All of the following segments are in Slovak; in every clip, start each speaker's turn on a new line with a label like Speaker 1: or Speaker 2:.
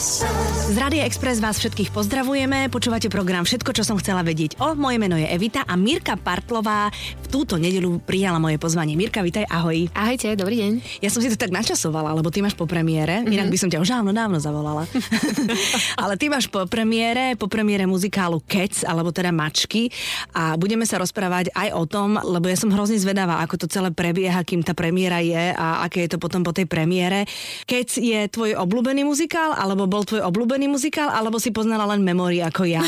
Speaker 1: Z Rádia Express vás všetkých pozdravujeme. Počúvate program Všetko, čo som chcela vedieť o. Moje meno je Evita a Mirka Partlová v túto nedelu prijala moje pozvanie. Mirka, vitaj, ahoj.
Speaker 2: Ahojte, dobrý deň.
Speaker 1: Ja som si to tak načasovala, lebo ty máš po premiére, inak by som ťa už dávno, dávno zavolala. Ale ty máš po premiére, po premiére muzikálu Cats, alebo teda Mačky a budeme sa rozprávať aj o tom, lebo ja som hrozne zvedavá, ako to celé prebieha, kým tá premiéra je a aké je to potom po tej premiére. Cats je tvoj obľúbený muzikál, alebo bol tvoj obľúbený muzikál, alebo si poznala len memórii ako ja.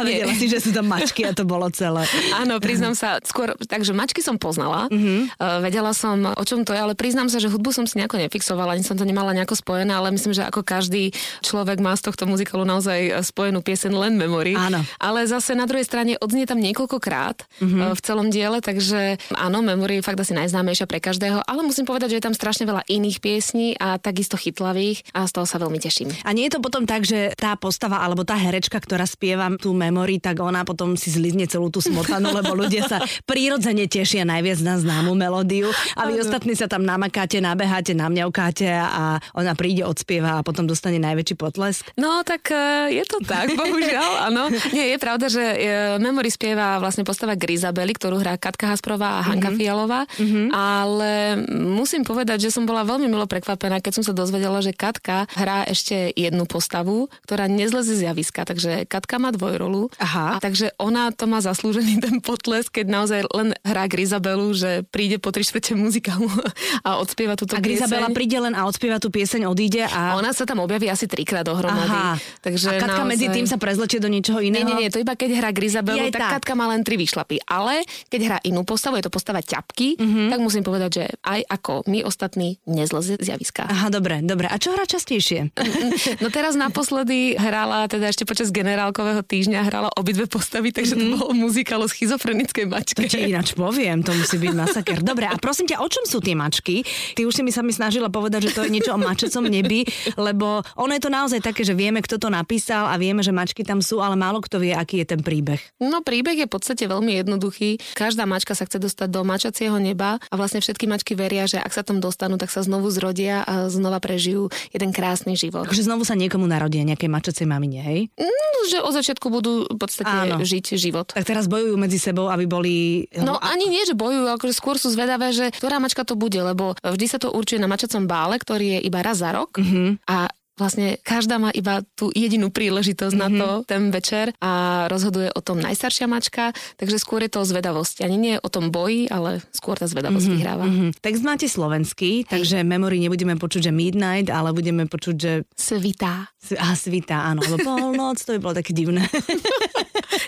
Speaker 1: a
Speaker 2: Nie.
Speaker 1: vedela si, že sú tam mačky a to bolo celé.
Speaker 2: Áno, priznám sa, skôr, takže mačky som poznala, mm-hmm. vedela som, o čom to je, ale priznám sa, že hudbu som si nejako nefixovala, ani som to nemala nejako spojené, ale myslím, že ako každý človek má z tohto muzikalu naozaj eh, spojenú piesen len memory.
Speaker 1: Áno.
Speaker 2: Ale zase na druhej strane odznie tam niekoľkokrát mm-hmm. v celom diele, takže áno, memory je fakt asi najznámejšia pre každého, ale musím povedať, že je tam strašne veľa iných piesní a takisto chytlavých a z toho sa veľmi teším.
Speaker 1: A nie je to potom tak, že tá postava alebo tá herečka, ktorá spieva tú memory, tak ona potom si zlizne celú tú smotanu, lebo ľudia sa prírodzene tešia najviac na známu melódiu a vy ostatní sa tam namakáte, nabeháte, namňaukáte a ona príde, odspieva a potom dostane najväčší potlesk.
Speaker 2: No, tak e, je to tak, bohužiaľ, áno. Nie, je pravda, že e, Memory spieva vlastne postava Grizabely, ktorú hrá Katka Hasprová a
Speaker 1: Mhm.
Speaker 2: Hanka mm-hmm. Fialová, mm-hmm. ale musím povedať, že som bola veľmi milo prekvapená, keď som sa dozvedela, že Katka hrá ešte jednu postavu, ktorá nezleze z javiska, takže Katka má dvojrolu.
Speaker 1: Aha.
Speaker 2: A takže ona to má zaslúžený ten potlesk, keď naozaj len hrá Grizabelu, že príde po tri štvrte muzikálu a odspieva túto
Speaker 1: A Grizabela
Speaker 2: pieseň.
Speaker 1: príde len a odspieva tú pieseň, odíde a...
Speaker 2: Ona sa tam objaví asi trikrát dohromady.
Speaker 1: Aha.
Speaker 2: Takže
Speaker 1: a Katka
Speaker 2: naozaj...
Speaker 1: medzi tým sa prezlečie do niečoho
Speaker 2: Nie,
Speaker 1: iného.
Speaker 2: nie, nie, to iba keď hrá Grizabelu,
Speaker 1: Je
Speaker 2: tak,
Speaker 1: tak.
Speaker 2: tak Katka má len tri vyšlapy. Ale keď hrá inú postavu, je to postava ťapky,
Speaker 1: Mhm.
Speaker 2: mm-hmm. tak musím povedať, že aj ako my ostatní nezleze z javiska.
Speaker 1: Aha, dobre, dobre. A čo hrá častejšie?
Speaker 2: No teraz naposledy hrala, teda ešte počas generálkového týždňa hrala obidve postavy, takže
Speaker 1: Mhm.
Speaker 2: mm-hmm. to bolo muzikál o schizofrenickej mačke.
Speaker 1: Ti ináč poviem, to musí byť masaker. Dobre, a prosím ťa, o čom sú tie mačky? Ty už si mi sa mi snažila povedať, že to je niečo o mačecom nebi, lebo ono je to naozaj také, že vieme, kto to napísal a vieme, že mačky tam sú, ale málo kto vie, aký je ten príbeh.
Speaker 2: No príbeh je v podstate veľmi jednoduchý. Každá mačka sa chce dostať do mačacieho neba a vlastne všetky mačky veria, že ak sa tam dostanú, tak sa znovu zrodia a znova prežijú jeden krásny život.
Speaker 1: Akože znovu sa niekomu narodia nejakej mačecej mamine, hej?
Speaker 2: No, že od začiatku budú v podstate
Speaker 1: Áno.
Speaker 2: žiť život.
Speaker 1: Tak teraz bojujú medzi sebou, aby boli...
Speaker 2: No ani nie, že bojujú, akože skôr sú zvedavé, že ktorá mačka to bude, lebo vždy sa to určuje na mačacom bále, ktorý je iba raz za rok
Speaker 1: Mhm.
Speaker 2: mm-hmm. a vlastne každá má iba tú jedinú príležitosť mm-hmm. na to
Speaker 1: Mhm.
Speaker 2: ten večer a rozhoduje o tom najstaršia mačka, takže skôr je to o zvedavosti. Ani nie o tom boji, ale skôr tá zvedavosť mm-hmm. vyhráva. Mm-hmm.
Speaker 1: Mhm. Text máte slovenský, takže memory nebudeme počuť, že midnight, ale budeme počuť, že
Speaker 2: Svitá.
Speaker 1: s- a svita, áno, lebo polnoc, to by bolo také divné.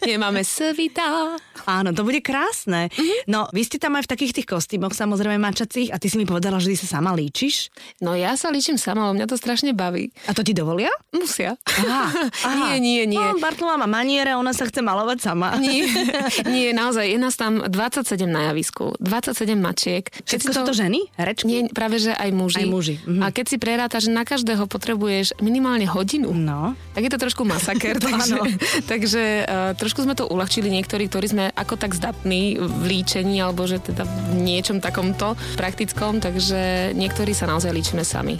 Speaker 2: Nie, máme svitá.
Speaker 1: Áno, to bude krásne. Mm-hmm. No, vy ste tam aj v takých tých kostýmoch, samozrejme mačacích, a ty si mi povedala, že ty sa sama líčiš.
Speaker 2: No ja sa líčim sama, lebo mňa to strašne baví.
Speaker 1: A to ti dovolia?
Speaker 2: Musia.
Speaker 1: Aha, aha.
Speaker 2: Nie, nie, nie.
Speaker 1: No, Bartla má maniere, ona sa chce malovať sama.
Speaker 2: Nie, nie, naozaj, je nás tam 27 na javisku, 27 mačiek. Keď
Speaker 1: Všetko
Speaker 2: si
Speaker 1: sú to ženy? Herečky?
Speaker 2: Nie, práve že aj muži.
Speaker 1: Aj muži, mhm.
Speaker 2: A keď si prerátaš, na každého potrebuješ minimálne hodinu.
Speaker 1: No.
Speaker 2: Tak je to trošku masaker, takže, takže uh, trošku sme to uľahčili niektorí, ktorí sme ako tak zdatní v líčení, alebo že teda v niečom takomto praktickom, takže niektorí sa naozaj líčime sami.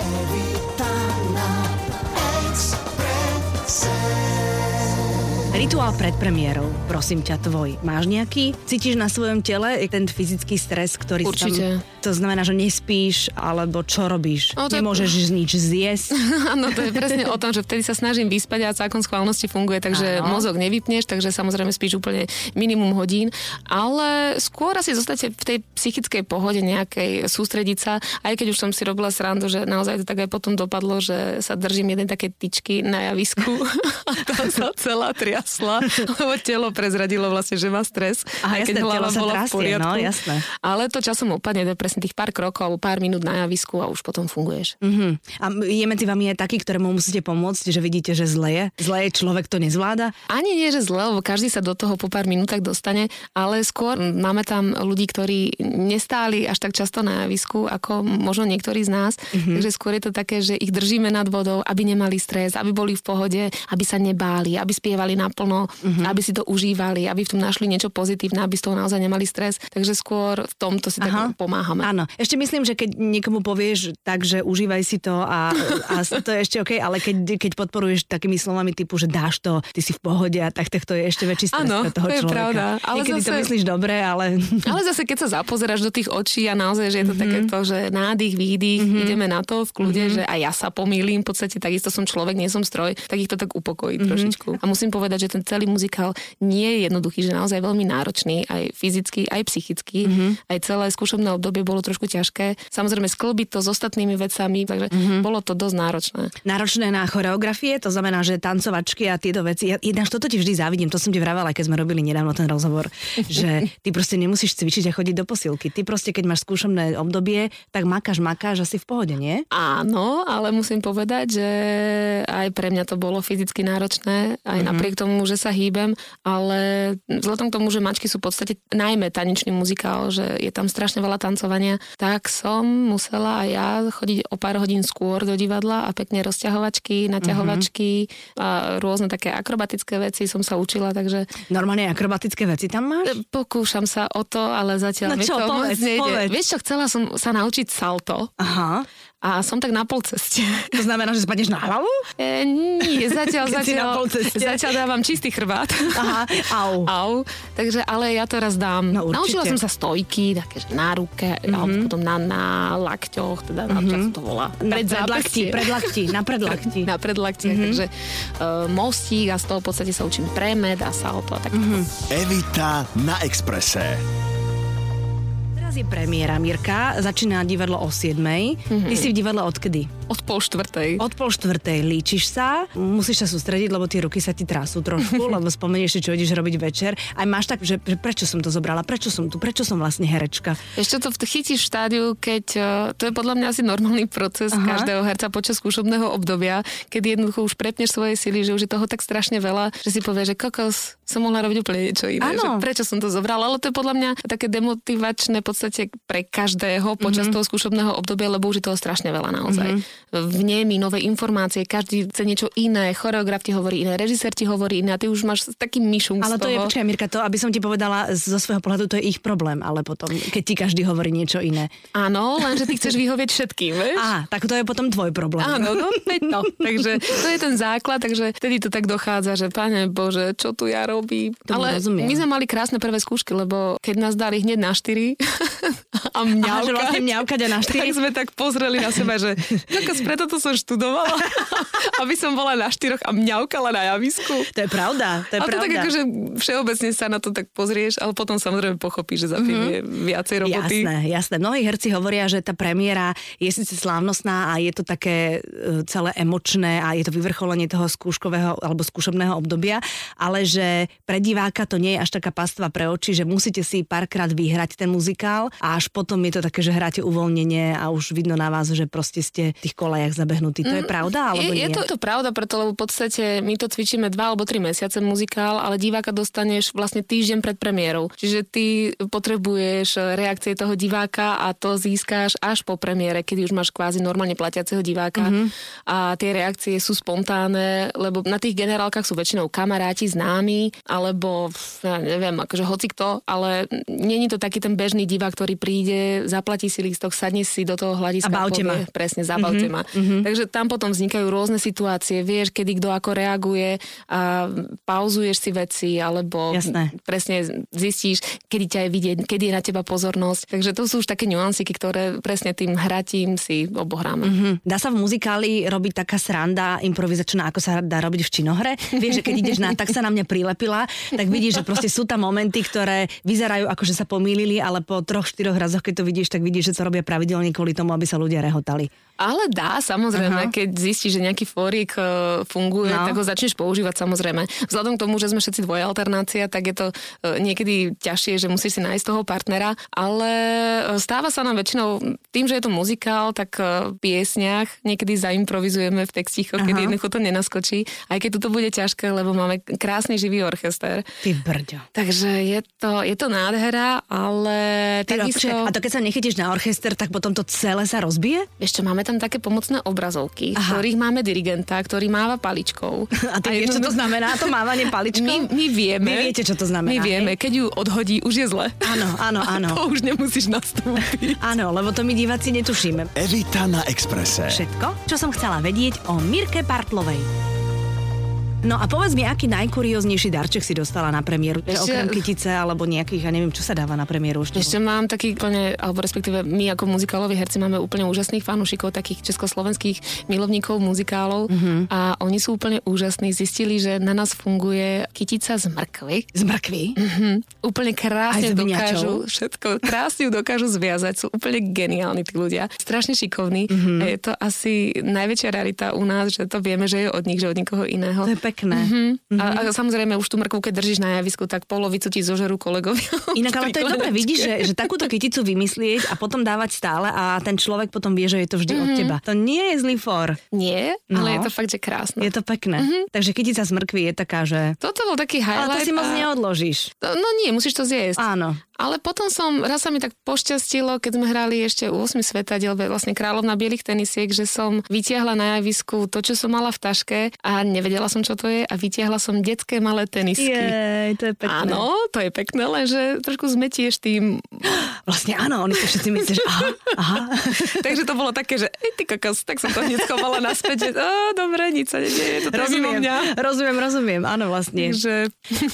Speaker 1: Rituál pred premiérou, prosím ťa, tvoj. Máš nejaký? Cítiš na svojom tele ten fyzický stres, ktorý si
Speaker 2: Určite.
Speaker 1: tam... To znamená, že nespíš, alebo čo robíš?
Speaker 2: No, to je-
Speaker 1: Nemôžeš nič zjesť?
Speaker 2: Áno, to je presne o tom, že vtedy sa snažím vyspať a zákon schválnosti funguje, takže
Speaker 1: Áno.
Speaker 2: Áno. mozog nevypneš, takže samozrejme spíš úplne minimum hodín, ale skôr asi zostate v tej psychickej pohode nejakej sústrediť sa, aj keď už som si robila srandu, že naozaj to tak aj potom dopadlo, že sa držím jeden také tyčky na javisku a tá sa celá triasla, lebo telo prezradilo vlastne, že má stres,
Speaker 1: Aha,
Speaker 2: aj keď
Speaker 1: jasné, telo
Speaker 2: hlava
Speaker 1: sa
Speaker 2: bola
Speaker 1: trasie,
Speaker 2: v poriadku.
Speaker 1: no, jasné.
Speaker 2: Ale to časom upadne, to je presne tých pár krokov alebo pár minút na javisku a už potom funguješ.
Speaker 1: Uh-huh. A m- je medzi vami aj taký, ktorému musíte pomôcť, že vidíte, že zle je. Zle je, človek to nezvláda.
Speaker 2: Ani nie, že zle, lebo každý sa do toho po pár minútach dostane, ale skôr máme tam ľudí, ktorí nestáli až tak často na javisku, ako možno niektorí z nás. Mm-hmm. Takže skôr je to také, že ich držíme nad vodou, aby nemali stres, aby boli v pohode, aby sa nebáli, aby spievali na naplno, mm-hmm. aby si to užívali, aby v tom našli niečo pozitívne, aby z toho naozaj nemali stres. Takže skôr v tomto si Aha. tak pomáhame.
Speaker 1: Áno, ešte myslím, že keď niekomu povieš tak, že užívaj si to a, a to je ešte OK, ale keď, keď podporuješ takými slovami typu, že dáš to, ty si v pohode a tak, tak to je ešte väčší stres
Speaker 2: Áno,
Speaker 1: pre toho
Speaker 2: to je
Speaker 1: človeka.
Speaker 2: pravda, ale
Speaker 1: Niekedy to
Speaker 2: zase-
Speaker 1: myslíš dobre, ale...
Speaker 2: Ale zase, keď sa zapozeráš do tých očí a naozaj, že je to mm-hmm. takéto, že nádych, výdych, mm-hmm. ideme na to v kľude, mm-hmm. že aj ja sa pomýlim, v podstate takisto som človek, nie som stroj, tak ich to tak upokojí mm-hmm. trošičku. A musím povedať, že ten celý muzikál nie je jednoduchý, že naozaj veľmi náročný, aj fyzicky, aj psychicky, mm-hmm. aj celé skúšobné obdobie bolo trošku ťažké. Samozrejme, sklbiť to s ostatnými vecami, takže mm-hmm. bolo to dosť náročné.
Speaker 1: náročné na choreografie, to znamená, že tancovačky a tieto veci. Ja, ináč toto ti vždy závidím, to som ti vravala, keď sme robili nedávno ten rozhovor, že ty proste nemusíš cvičiť a chodiť do posilky. Ty proste, keď máš skúšobné obdobie, tak makáš, makáš asi v pohode, nie?
Speaker 2: Áno, ale musím povedať, že aj pre mňa to bolo fyzicky náročné, aj
Speaker 1: Mhm.
Speaker 2: mm-hmm. napriek tomu, že sa hýbem, ale vzhľadom k tomu, že mačky sú v podstate najmä tanečný muzikál, že je tam strašne veľa tancovania, tak som musela aj ja chodiť o pár hodín skôr do divadla a pekne
Speaker 1: Mhm.
Speaker 2: rozťahovačky, naťahovačky a rôzne také akrobatické veci som sa učila, takže
Speaker 1: Normálne akrobatické veci tam máš?
Speaker 2: pokúšam sa o to, ale
Speaker 1: No
Speaker 2: zatiaľ mi
Speaker 1: čo,
Speaker 2: to moc
Speaker 1: povedz,
Speaker 2: nejde.
Speaker 1: povedz.
Speaker 2: Vieš čo, chcela som sa naučiť salto
Speaker 1: Aha.
Speaker 2: a som tak na polceste.
Speaker 1: To znamená, že spadneš na hlavu?
Speaker 2: E, nie, zatiaľ,
Speaker 1: Keď si na
Speaker 2: zatiaľ,
Speaker 1: polceste.
Speaker 2: zatiaľ dávam čistý chrbát.
Speaker 1: Aha, au.
Speaker 2: Au. Takže, ale ja to raz dám.
Speaker 1: No, určite. Mhm.
Speaker 2: Naučila som sa stojky, také, že na ruke, mm-hmm. alebo potom na, na lakťoch, teda na, mm-hmm. to volá.
Speaker 1: Na predlakti,
Speaker 2: zápestie.
Speaker 1: Mhm. predlakti, na predlakti.
Speaker 2: Na predlaktie, mm-hmm. takže e, mostík a z toho v podstate sa učím premed a salto a tak.
Speaker 1: Mhm.
Speaker 2: Mm-hmm.
Speaker 3: Evita na Exprese.
Speaker 1: Teraz je premiéra, Mirka, začína divadlo o 7. Ty si v divadle odkedy?
Speaker 2: Od pol štvrtej.
Speaker 1: Od pol štvrtej líčiš sa, musíš sa sústrediť, lebo tie ruky sa ti trasú trošku, lebo spomenieš si, čo ideš robiť večer. Aj máš tak, že, že prečo som to zobrala, prečo som tu, prečo som vlastne herečka.
Speaker 2: Ešte to v- chytíš v štádiu, keď eh, to je podľa mňa asi normálny proces Aha. každého herca počas skúšobného obdobia, keď jednoducho už prepneš svoje sily, že už je toho tak strašne veľa, že si povieš, že kokos, som mohla robiť úplne niečo iné.
Speaker 1: Áno.
Speaker 2: Že prečo som to zobrala? Ale to je podľa mňa také demotivačné v podstate
Speaker 1: Mhm.
Speaker 2: pre každého počas mm-hmm. toho skúšobného obdobia, lebo už je toho strašne veľa naozaj. Mm-hmm. Vnemi, nové informácie, každý chce niečo iné, choreograf ti hovorí iné, režisér ti hovorí iné a ty už máš taký myšunk
Speaker 1: Ale
Speaker 2: z
Speaker 1: to
Speaker 2: toho.
Speaker 1: je, počkaj Mirka, to, aby som ti povedala, zo svojho pohľadu to je ich problém, ale potom, keď ti každý hovorí niečo iné.
Speaker 2: Áno, lenže ty chceš vyhovieť všetkým, vieš?
Speaker 1: Á, tak to je potom tvoj problém.
Speaker 2: Áno, no, veď to. Takže to je ten základ, takže vtedy to tak dochádza, že pane Bože, čo tu ja robím.
Speaker 1: Tomu
Speaker 2: Ale
Speaker 1: rozumiem.
Speaker 2: my sme mali krásne prvé skúšky, lebo keď nás dali hneď na štyri a
Speaker 1: Aha, že vlastne
Speaker 2: mňavkať,
Speaker 1: mňavkať a na
Speaker 2: tak
Speaker 1: štyri.
Speaker 2: sme tak pozreli na seba, že kokos, preto to som študovala, aby som bola na štyroch a mňavkala na javisku.
Speaker 1: To je pravda, to je
Speaker 2: A to
Speaker 1: pravda.
Speaker 2: tak akože všeobecne sa na to tak pozrieš, ale potom samozrejme pochopíš, že za tým je viacej roboty.
Speaker 1: Mhm. Jasné, jasné. Mnohí herci hovoria, že tá premiéra je síce slávnostná a je to také e, celé emočné a je to vyvrcholenie toho skúškového alebo skúšobného obdobia, ale že pre diváka to nie je až taká pastva pre oči, že musíte si párkrát vyhrať ten muzikál a až potom je to také, že hráte uvoľnenie a už vidno na vás, že proste ste v tých kolajach zabehnutí. To je pravda alebo
Speaker 2: Mm, je,
Speaker 1: nie?
Speaker 2: Je to, je to pravda, preto lebo v podstate my to cvičíme dva alebo tri mesiace muzikál, ale diváka dostaneš vlastne týždeň pred premiérou. Čiže ty potrebuješ reakcie toho diváka a to získáš až po premiére, kedy už máš kvázi normálne platiaceho diváka.
Speaker 1: Mhm.
Speaker 2: Mm-hmm. A tie reakcie sú spontánne, lebo na tých generálkach sú väčšinou kamaráti, známi, alebo pf, ja neviem, akože hoci kto, ale není to taký ten bežný divák, ktorý príde, zaplatí si lístok, sadne si do toho
Speaker 1: A
Speaker 2: hľadiska.
Speaker 1: bavte
Speaker 2: povie-
Speaker 1: ma.
Speaker 2: presne, zabavte mm-hmm, ma. Mm-hmm. Takže tam potom vznikajú rôzne situácie, vieš, kedy kto ako reaguje a pauzuješ si veci, alebo
Speaker 1: Jasné.
Speaker 2: presne zistíš, kedy ťa je vidieť, kedy je na teba pozornosť. Takže to sú už také nuanciky, ktoré presne tým hratím si obohráme. Mm-hmm.
Speaker 1: Mhm. Dá sa v muzikáli robiť taká sranda improvizačná, ako sa dá robiť v činohre? Vieš, že keď ideš na tak sa na mňa prilepila, tak vidíš, že proste sú tam momenty, ktoré vyzerajú ako, že sa pomýlili, ale po troch, štyroch razoch, keď to vidíš, tak vidíš, že to robia pravidelne kvôli tomu, aby sa ľudia rehotali.
Speaker 2: Ale dá, samozrejme, Aha. keď zistíš, že nejaký fórik e, funguje,
Speaker 1: No.
Speaker 2: no. tak ho začneš používať, samozrejme. Vzhľadom k tomu, že sme všetci dvojalternácia, tak je to e, niekedy ťažšie, že musíš si nájsť toho partnera, ale e, stáva sa nám väčšinou tým, že je to muzikál, tak e, v piesniach niekedy zaimprovizujeme v textíkoch, keď
Speaker 1: Aha.
Speaker 2: jednoducho to nenaskočí, aj keď toto bude ťažké, lebo máme krásny živý orchester.
Speaker 1: Ty brďo.
Speaker 2: Takže je to, je to nádhera, ale
Speaker 1: Ty Robče,
Speaker 2: takisto...
Speaker 1: a to keď sa nechytíš na orchester, tak potom to celé sa rozbije?
Speaker 2: Ešte máme máme tam také pomocné obrazovky, v
Speaker 1: Aha.
Speaker 2: ktorých máme dirigenta, ktorý máva paličkou.
Speaker 1: A ty vieš, čo to
Speaker 2: jednoducho-
Speaker 1: znamená, to mávanie paličkou?
Speaker 2: My, my vieme.
Speaker 1: Vy viete, čo to znamená,
Speaker 2: My vieme, keď ju odhodí, už je zle.
Speaker 1: Áno, áno, áno.
Speaker 2: to už nemusíš nastúpiť.
Speaker 1: Áno, lebo to my diváci netušíme.
Speaker 3: Evita na Exprese.
Speaker 1: Všetko, čo som chcela vedieť o Mirke Bartlovej. No a povedz mi, aký najkurióznejší darček si dostala na premiéru? Ešte...
Speaker 2: Ešte-
Speaker 1: Okrem kytice alebo nejakých, ja neviem, čo sa dáva na premiéru ešte.
Speaker 2: Ešte mám taký úplne, alebo respektíve my ako muzikáloví herci máme úplne úžasných fanúšikov, takých československých milovníkov muzikálov mm-hmm. a oni sú úplne úžasní. Zistili, že na nás funguje kytica z mrkvy.
Speaker 1: Z mrkvy?
Speaker 2: Mm-hmm. Úplne
Speaker 1: Aj
Speaker 2: krásne
Speaker 1: s
Speaker 2: dokážu
Speaker 1: vyňačou?
Speaker 2: všetko, krásne ju dokážu zviazať, sú úplne geniálni tí ľudia, strašne šikovní
Speaker 1: Mhm.
Speaker 2: mm-hmm. a je to asi najväčšia rarita u nás, že to vieme, že je od nich, že od nikoho iného.
Speaker 1: To je Mhm. pekné.
Speaker 2: Mm-hmm. A, a samozrejme už tú mrkvu, keď držíš na javisku, tak polovicu ti zožerú kolegovia.
Speaker 1: Inak ale to je dobre, vidíš, že, že takúto kyticu vymyslieť a potom dávať stále a ten človek potom vie, že je to vždy mm-hmm.
Speaker 2: Mhm.
Speaker 1: od teba. To nie je zlý for.
Speaker 2: Nie,
Speaker 1: No.
Speaker 2: ale je to fakt, že krásne.
Speaker 1: Je to pekné.
Speaker 2: Mhm.
Speaker 1: Mm-hmm. Takže kytica z mrkvy je taká, že...
Speaker 2: Toto bol taký
Speaker 1: Ale
Speaker 2: highlight.
Speaker 1: to si moc
Speaker 2: a-
Speaker 1: neodložíš.
Speaker 2: No nie, musíš to zjesť.
Speaker 1: Áno.
Speaker 2: Ale potom som, raz sa mi tak pošťastilo, keď sme hrali ešte u 8 svetadiel, ve- vlastne kráľovna bielých tenisiek, že som vytiahla na javisku to, čo som mala v taške a nevedela som, čo to je a vytiahla som detské malé tenisky.
Speaker 1: Jej, to je pekné.
Speaker 2: Áno, to je pekné, lenže trošku zmetieš tým.
Speaker 1: Vlastne áno, oni si všetci myslia, že aha, aha.
Speaker 2: Takže to bolo také, že ej, ty kokos, tak som to hneď schovala naspäť, že "Á, dobre, nič sa nedieje, je to teraz mimo
Speaker 1: Rozumiem,
Speaker 2: mňa.
Speaker 1: rozumiem, rozumiem, áno vlastne.
Speaker 2: Takže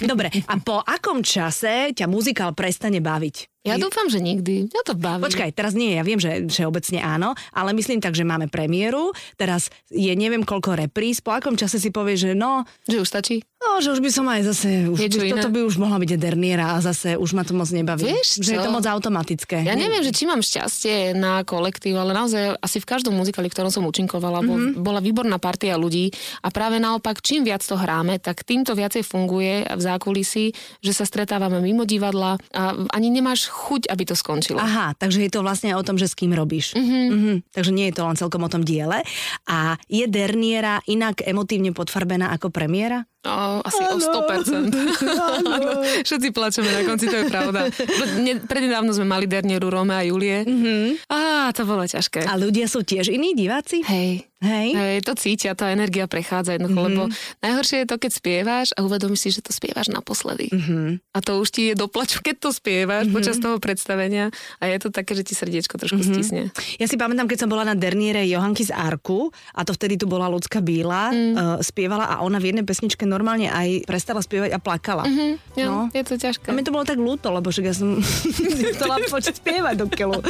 Speaker 1: Dobre, a po akom čase ťa muzikál prestane baviť?
Speaker 2: ja dúfam, že nikdy. Ja to baví.
Speaker 1: Počkaj, teraz nie, ja viem, že všeobecne áno, ale myslím tak, že máme premiéru, teraz je neviem koľko repríz, po akom čase si povie, že no,
Speaker 2: Že už stačí?
Speaker 1: no že už by som aj zase, už,
Speaker 2: Niečo
Speaker 1: už,
Speaker 2: iné.
Speaker 1: toto by už mohla byť Derniera a zase už ma to moc nebaví.
Speaker 2: Vieš
Speaker 1: že je
Speaker 2: čo?
Speaker 1: to moc automatické.
Speaker 2: Ja neviem, že či mám šťastie na kolektív, ale naozaj asi v každom muzikáli, v ktorom som účinkovala,
Speaker 1: Mhm.
Speaker 2: mm-hmm. bola výborná partia ľudí a práve naopak, čím viac to hráme, tak tým to viacej funguje v zákulisí, že sa stretávame mimo divadla a ani nemáš chuť, aby to skončilo. A-
Speaker 1: Aha, takže je to vlastne aj o tom, že s kým robíš.
Speaker 2: Mhm.
Speaker 1: Mm-hmm. Mm-hmm. Takže nie je to len celkom o tom diele. A je Derniera inak emotívne podfarbená ako premiéra?
Speaker 2: o, asi
Speaker 1: Áno.
Speaker 2: o 100%.
Speaker 1: Áno.
Speaker 2: Áno. Všetci plačeme na konci, to je pravda. Ne- Prednedávno sme mali Dernieru Róme a Julie.
Speaker 1: Mhm.
Speaker 2: Mm-hmm. Á, to bolo ťažké.
Speaker 1: A ľudia sú tiež iní diváci?
Speaker 2: Hej.
Speaker 1: Hej. Mhm.
Speaker 2: Hej, to cítia, tá energia prechádza jednoducho, mm-hmm. lebo najhoršie je to, keď spievaš a uvedomíš si, že to spievaš naposledy.
Speaker 1: Mhm.
Speaker 2: Mm-hmm. A to už ti je doplaču, keď to spievaš mm-hmm. počas toho predstavenia a je to také, že ti srdiečko
Speaker 1: Mhm.
Speaker 2: trošku mm-hmm. stisne.
Speaker 1: Ja si pamätám, keď som bola na derniére Johanky z Arku a to vtedy tu bola ľudská
Speaker 2: Mhm.
Speaker 1: Bíla, mm. uh, spievala a ona v jednej pesničke normálne aj prestala spievať a plakala. Mm-hmm.
Speaker 2: Ja,
Speaker 1: No.
Speaker 2: no. Je to ťažké.
Speaker 1: A mi to bolo tak ľúto, lebo že ja som chcela počuť spievať do keľu.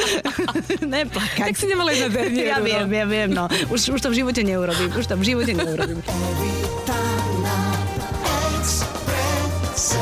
Speaker 1: Neplakať.
Speaker 2: Tak si nemala ísť na derniéru,
Speaker 1: Ja
Speaker 2: no.
Speaker 1: viem, ja viem, no. Už, už to v živote neurobím, už to v živote neurobím.
Speaker 3: Evita na Exprese.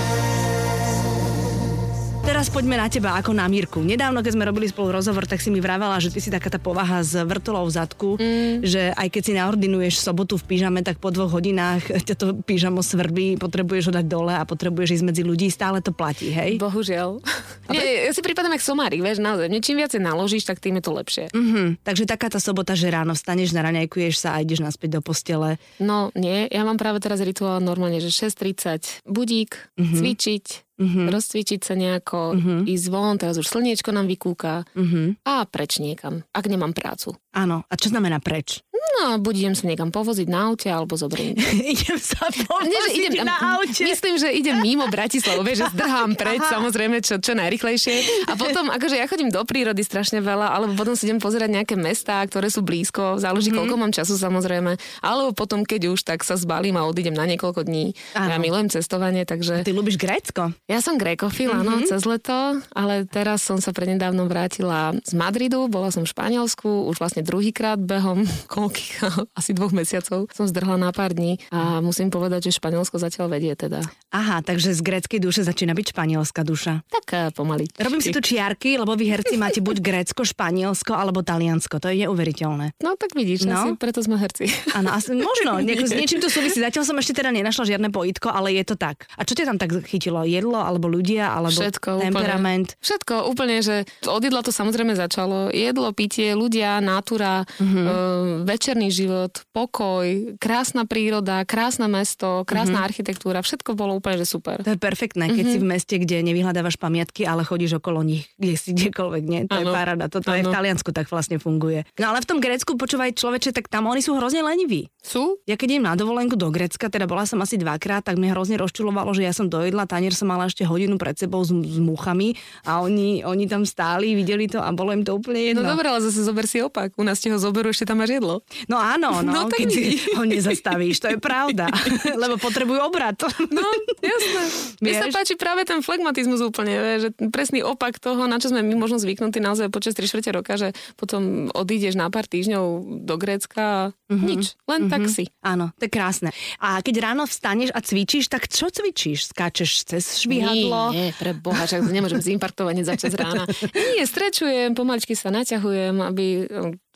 Speaker 1: Teraz poďme na teba ako na Mírku. Nedávno, keď sme robili spolu rozhovor, tak si mi vravala, že ty si taká tá povaha z vrtulov v zadku, mm. že aj keď si naordinuješ v sobotu v pyžame, tak po dvoch hodinách ťa to pyžamo svrbí, potrebuješ ho dať dole a potrebuješ ísť medzi ľudí, stále to platí, hej?
Speaker 2: Bohužiaľ. Nie, ja si prípadám jak somárik, vieš, naozaj. Mne čím viacej naložíš, tak tým je to lepšie.
Speaker 1: Mhm. Takže taká tá sobota, že ráno vstaneš, naraňajkuješ sa a ideš naspäť do postele.
Speaker 2: No nie, ja mám práve teraz rituál normálne, že 6.30 budík,
Speaker 1: Mhm.
Speaker 2: mm-hmm. cvičiť, mm-hmm. rozcvičiť sa nejako, mm-hmm. ísť von, teraz už slniečko nám vykúka
Speaker 1: Mhm.
Speaker 2: mm-hmm. a preč niekam, ak nemám prácu.
Speaker 1: Áno. A čo znamená preč?
Speaker 2: No a buď idem sa niekam povoziť na aute alebo zobrím.
Speaker 1: idem sa
Speaker 2: Nie, že
Speaker 1: povoziť
Speaker 2: idem,
Speaker 1: na aute.
Speaker 2: Myslím, že idem mimo Bratislavu, vieš, že zdrhám preč, Aha. samozrejme, čo, čo najrychlejšie. A potom, akože ja chodím do prírody strašne veľa, alebo potom si idem pozerať nejaké mestá, ktoré sú blízko, záleží,
Speaker 1: Mhm.
Speaker 2: mm-hmm. koľko mám času samozrejme. Alebo potom, keď už, tak sa zbalím a odídem na niekoľko dní.
Speaker 1: Áno.
Speaker 2: Ja milujem cestovanie, takže...
Speaker 1: Ty ľubíš Grécko?
Speaker 2: Ja som grekofil, áno,
Speaker 1: Mhm.
Speaker 2: mm-hmm. cez leto, ale teraz som sa prednedávno vrátila z Madridu, bola som v Španielsku, už vlastne druhýkrát behom koľkých, asi dvoch mesiacov som zdrhla na pár dní a musím povedať, že Španielsko zatiaľ vedie teda.
Speaker 1: Aha, takže z gréckej duše začína byť španielská duša.
Speaker 2: Tak eh, pomaly.
Speaker 1: Robím si tu čiarky, lebo vy herci máte buď Grécko, Španielsko alebo Taliansko. To je neuveriteľné.
Speaker 2: No tak vidíš,
Speaker 1: No.
Speaker 2: no. asi preto sme herci.
Speaker 1: Áno, asi, možno, nieko, s niečím to súvisí. Zatiaľ som ešte teda nenašla žiadne pojitko, ale je to tak. A čo ťa tam tak chytilo? Jedlo, alebo ľudia, alebo
Speaker 2: Všetko,
Speaker 1: temperament?
Speaker 2: Úplne, všetko, úplne, že od jedla to samozrejme začalo. Jedlo, pitie, ľudia, nátura, mm-hmm. večerný život, pokoj, krásna príroda, krásne mesto, krásna architektúra, všetko bolo úplne že super.
Speaker 1: To je perfektné, keď
Speaker 2: Mhm.
Speaker 1: si v meste, kde nevyhľadávaš pamiatky, ale chodíš okolo nich, kde si kdekoľvek, nie? To je
Speaker 2: Áno.
Speaker 1: paráda, toto aj v
Speaker 2: Áno.
Speaker 1: Taliansku tak vlastne funguje. No ale v tom Grécku, počúvaj človeče, tak tam oni sú hrozne leniví.
Speaker 2: Sú?
Speaker 1: Ja keď idem na dovolenku do Grecka, teda bola som asi dvakrát, tak mňa hrozne rozčulovalo, že ja som dojedla, tanier som mala ešte hodinu pred sebou s, s muchami a oni, oni tam stáli, videli to a bolo im to úplne jedno.
Speaker 2: No, dobre, ale zase zober si opak. U nás ti ho zoberú, ešte tam máš jedlo.
Speaker 1: No áno, no,
Speaker 2: No tak
Speaker 1: keď
Speaker 2: vidíš.
Speaker 1: ho nezastavíš, to je pravda, lebo potrebujú obrat.
Speaker 2: No, jasné. Mne sa
Speaker 1: Vieš?
Speaker 2: páči práve ten flegmatizmus úplne, vieš, že presný opak toho, na čo sme my možno zvyknutí naozaj počas 3 čtvrte roka, že potom odídeš na pár týždňov do Grécka a nič, len tak si.
Speaker 1: Áno, to je krásne. A keď ráno vstaneš a cvičíš, tak čo cvičíš? Skáčeš cez švihadlo?
Speaker 2: Nie, nie, pre boha, však nemôžem zinfarktovať hneď začať z rána. Nie, strečujem, pomaličky sa naťahujem, aby,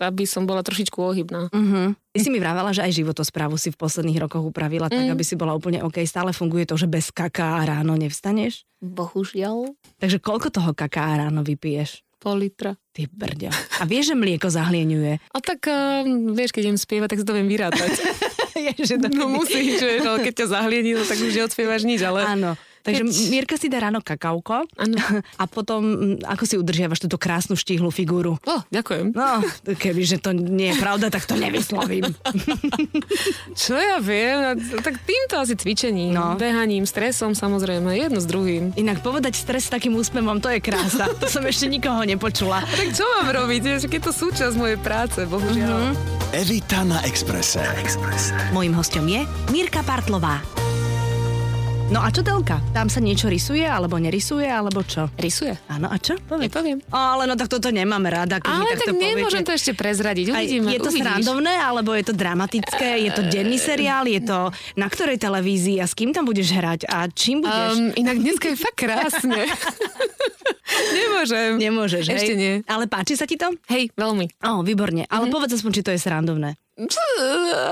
Speaker 2: aby som bola trošičku ohybná.
Speaker 1: Uh-huh. Ty si mi vravela, že aj životosprávu si v posledných rokoch upravila tak,
Speaker 2: Mm.
Speaker 1: aby si bola úplne OK. Stále funguje to, že bez kaká ráno nevstaneš?
Speaker 2: Bohužiaľ.
Speaker 1: Takže koľko toho kaká ráno vypiješ?
Speaker 2: Pol litra.
Speaker 1: Ty brďo. A vieš, že mlieko zahlieňuje.
Speaker 2: A tak, ehm, vieš, keď idem spievať, tak si to viem vyrátať.
Speaker 1: Ježe,
Speaker 2: no musíš, vieš, ale keď ťa zahliení, no, tak už neodspievaš nič, ale...
Speaker 1: Áno. Takže
Speaker 2: Keď-
Speaker 1: Mierka si dá ráno kakauko
Speaker 2: Áno.
Speaker 1: a potom, mm, ako si udržiavaš túto krásnu štíhlu figúru?
Speaker 2: O, ďakujem.
Speaker 1: No, kebyže to nie je pravda, tak to nevyslovím.
Speaker 2: Čo ja viem, a- tak týmto asi cvičením,
Speaker 1: No.
Speaker 2: no. behaním, stresom samozrejme, jedno s druhým.
Speaker 1: Inak povedať stres s takým úsmevom, to je krása. To som ešte nikoho nepočula.
Speaker 2: Tak čo mám robiť, vieš, keď je to súčasť mojej práce, bohužiaľ. Mm-hmm.
Speaker 3: Evita na Exprese.
Speaker 1: Mojím hostom je Mírka Partlová. No a čo telka? Tam sa niečo rysuje, alebo nerysuje, alebo čo?
Speaker 2: Rysuje.
Speaker 1: Áno, a čo? Povedz.
Speaker 2: Nepoviem.
Speaker 1: Ó, ale no tak toto nemám rada, keď mi
Speaker 2: Ale
Speaker 1: takto
Speaker 2: tak nemôžem
Speaker 1: poviete.
Speaker 2: to ešte prezradiť,
Speaker 1: Aj,
Speaker 2: uvidíme.
Speaker 1: je to
Speaker 2: uvidíš.
Speaker 1: srandovné, alebo je to dramatické, je to denný seriál, je to na ktorej televízii a s kým tam budeš hrať a čím budeš? Um,
Speaker 2: Um, inak dneska je fakt krásne. Nemôžem.
Speaker 1: Nemôžeš, hej?
Speaker 2: Ešte nie. Mhm.
Speaker 1: Ale páči sa ti to?
Speaker 2: Hej, veľmi.
Speaker 1: Ó, výborne. Ale mm-hmm. povedz aspoň, či to je srandovné.
Speaker 2: Čo,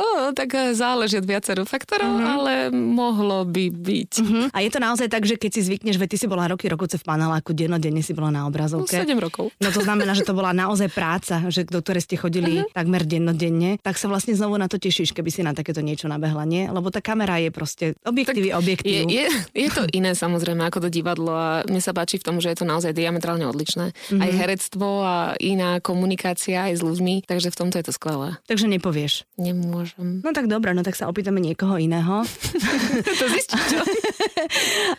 Speaker 2: ó, Tak eh, záleží od viacero faktorov, ale mohlo by byť.
Speaker 1: Hm? A je to naozaj tak, že keď si zvykneš, veď ty si bola roky rokoce v paneláku, dennodenne si bola na obrazovke.
Speaker 2: No, 7 rokov.
Speaker 1: No to znamená, že to bola naozaj práca, že do ktorej ste chodili
Speaker 2: Mhm.
Speaker 1: uh-huh. takmer dennodenne, tak sa vlastne znovu na to tešíš, keby si na takéto niečo nabehla, nie? Lebo tá kamera je proste objektívy
Speaker 2: Je,
Speaker 1: objektív.
Speaker 2: je, je to iné samozrejme ako to divadlo a mne sa páči v tom, že je to naozaj diametrálne odlišné. Mm-hmm. Aj herectvo a iná komunikácia aj s ľuďmi, takže v tomto je to skvelé.
Speaker 1: Takže nepovieš.
Speaker 2: Nemôžem.
Speaker 1: No tak dobre, no tak sa opýtame niekoho iného.
Speaker 2: to zistíš, čo?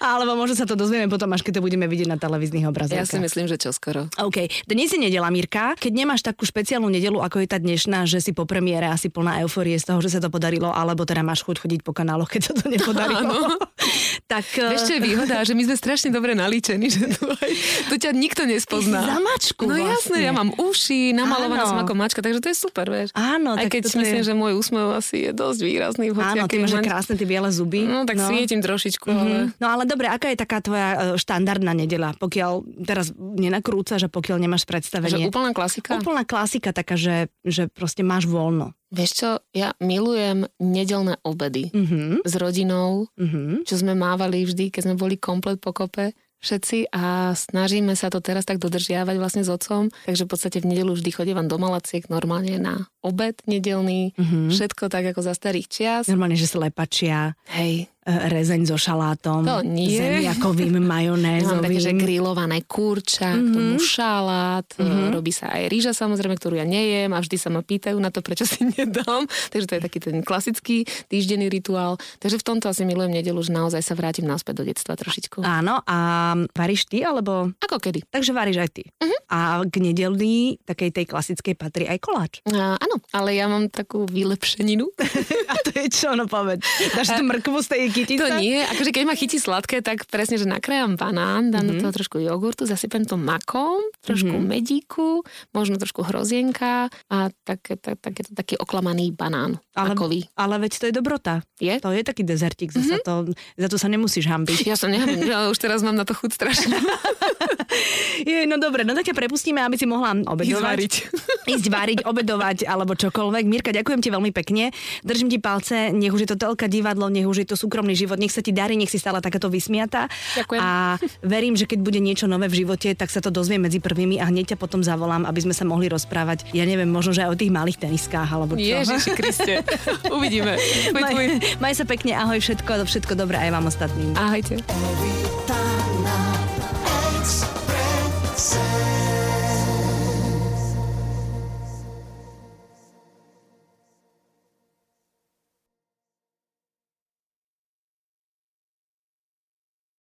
Speaker 1: Alebo možno sa to dozvieme potom, až keď to budeme vidieť na televíznych
Speaker 2: Ja si
Speaker 1: obrazovkách.
Speaker 2: myslím, že čoskoro.
Speaker 1: OK, dnes je nedela, Mirka. Keď nemáš takú špeciálnu nedelu, ako je tá dnešná, že si po premiére asi plná euforie z toho, že sa to podarilo, alebo teda máš chuť chodiť po kanáloch, keď sa to nepodarilo. tak... eh,
Speaker 2: Vieš, čo je výhoda, že my sme strašne dobre nalíčení, že tu, aj, tu ťa nikto
Speaker 1: Ty si
Speaker 2: nespozná.
Speaker 1: za mačku
Speaker 2: No
Speaker 1: vlastne.
Speaker 2: jasné, ja mám uši, namalovaná
Speaker 1: Áno.
Speaker 2: som ako mačka, takže to je super, vieš.
Speaker 1: Áno,
Speaker 2: Aj
Speaker 1: tak
Speaker 2: keď
Speaker 1: toto je-
Speaker 2: myslím, že môj úsmev asi je dosť výrazný. v
Speaker 1: Áno, ty
Speaker 2: hociakej
Speaker 1: máš aj
Speaker 2: man-
Speaker 1: krásne tie biele zuby.
Speaker 2: No tak no. svietim trošičku, ale...
Speaker 1: No ale dobre, aká je taká tvoja e, štandardná nedela, pokiaľ teraz nenakrúcaš a pokiaľ nemáš
Speaker 2: Že
Speaker 1: predstavenie?
Speaker 2: úplná klasika?
Speaker 1: Úplná klasika taká, že, že proste máš voľno.
Speaker 2: Vieš čo, ja milujem nedelné obedy
Speaker 1: Mhm,
Speaker 2: s rodinou,
Speaker 1: mhm.
Speaker 2: čo sme mávali vždy, keď sme boli komplet pokope všetci a snažíme sa to teraz tak dodržiavať vlastne s otcom. Takže v podstate v nedelu vždy chodievam do Malaciek normálne na obed nedelný,
Speaker 1: Mhm.
Speaker 2: všetko tak ako za starých čias.
Speaker 1: Normálne, že slepačia,
Speaker 2: Hej,
Speaker 1: e, rezeň so šalátom,
Speaker 2: To nie.
Speaker 1: zemiakovým,
Speaker 2: ja mám také, že
Speaker 1: majonézovým.
Speaker 2: grillované kurča, mm-hmm. k tomu šalát, mm-hmm. robí sa aj rýža samozrejme, ktorú ja nejem a vždy sa ma pýtajú na to, prečo si nedám. Takže to je taký ten klasický týždenný rituál. Takže v tomto asi milujem nedelu, že naozaj sa vrátim naspäť do detstva trošičku. A-
Speaker 1: Áno, a varíš ty, alebo...
Speaker 2: ako kedy?
Speaker 1: Takže varíš aj ty.
Speaker 2: Mhm.
Speaker 1: A k nedeli, takej tej klasickej, patrí aj koláč.
Speaker 2: A, áno, ale ja mám takú vylepšeninu.
Speaker 1: A to je čo, no povedz. Dáš tú mrkvu z tej kytice?
Speaker 2: To nie, akože keď ma chytí sladké, tak presne, že nakrájam banán, dám mm-hmm. do toho trošku jogurtu, zasypem to makom, trošku mm-hmm. medíku, možno trošku hrozienka a tak, tak, tak, je to taký oklamaný banán, Ale... makový.
Speaker 1: ale veď to je dobrota.
Speaker 2: Je? Mhm.
Speaker 1: To je taký dezertík, zasa to, za to sa nemusíš hambiť.
Speaker 2: Ja som nehám, ja už teraz mám na to chuť strašne.
Speaker 1: Je, no dobre, no tak ťa prepustíme, aby si mohla obedovať.
Speaker 2: Ísť
Speaker 1: Ísť variť, obedovať alebo čokoľvek. Mirka, ďakujem ti veľmi pekne. Držím ti palce, nech už je to telka divadlo, nech už je to súkromná skromný život. Nech sa ti darí, nech si stále takáto vysmiatá.
Speaker 2: Ďakujem.
Speaker 1: A verím, že keď bude niečo nové v živote, tak sa to dozviem medzi prvými a hneď ťa potom zavolám, aby sme sa mohli rozprávať. Ja neviem, možno, že aj o tých malých teniskách alebo čo.
Speaker 2: Ježiši Kriste. Uvidíme. Tvoj, tvoj.
Speaker 1: Maj, maj sa pekne, ahoj všetko, všetko dobré aj vám ostatným.
Speaker 2: Ahojte.
Speaker 3: Tá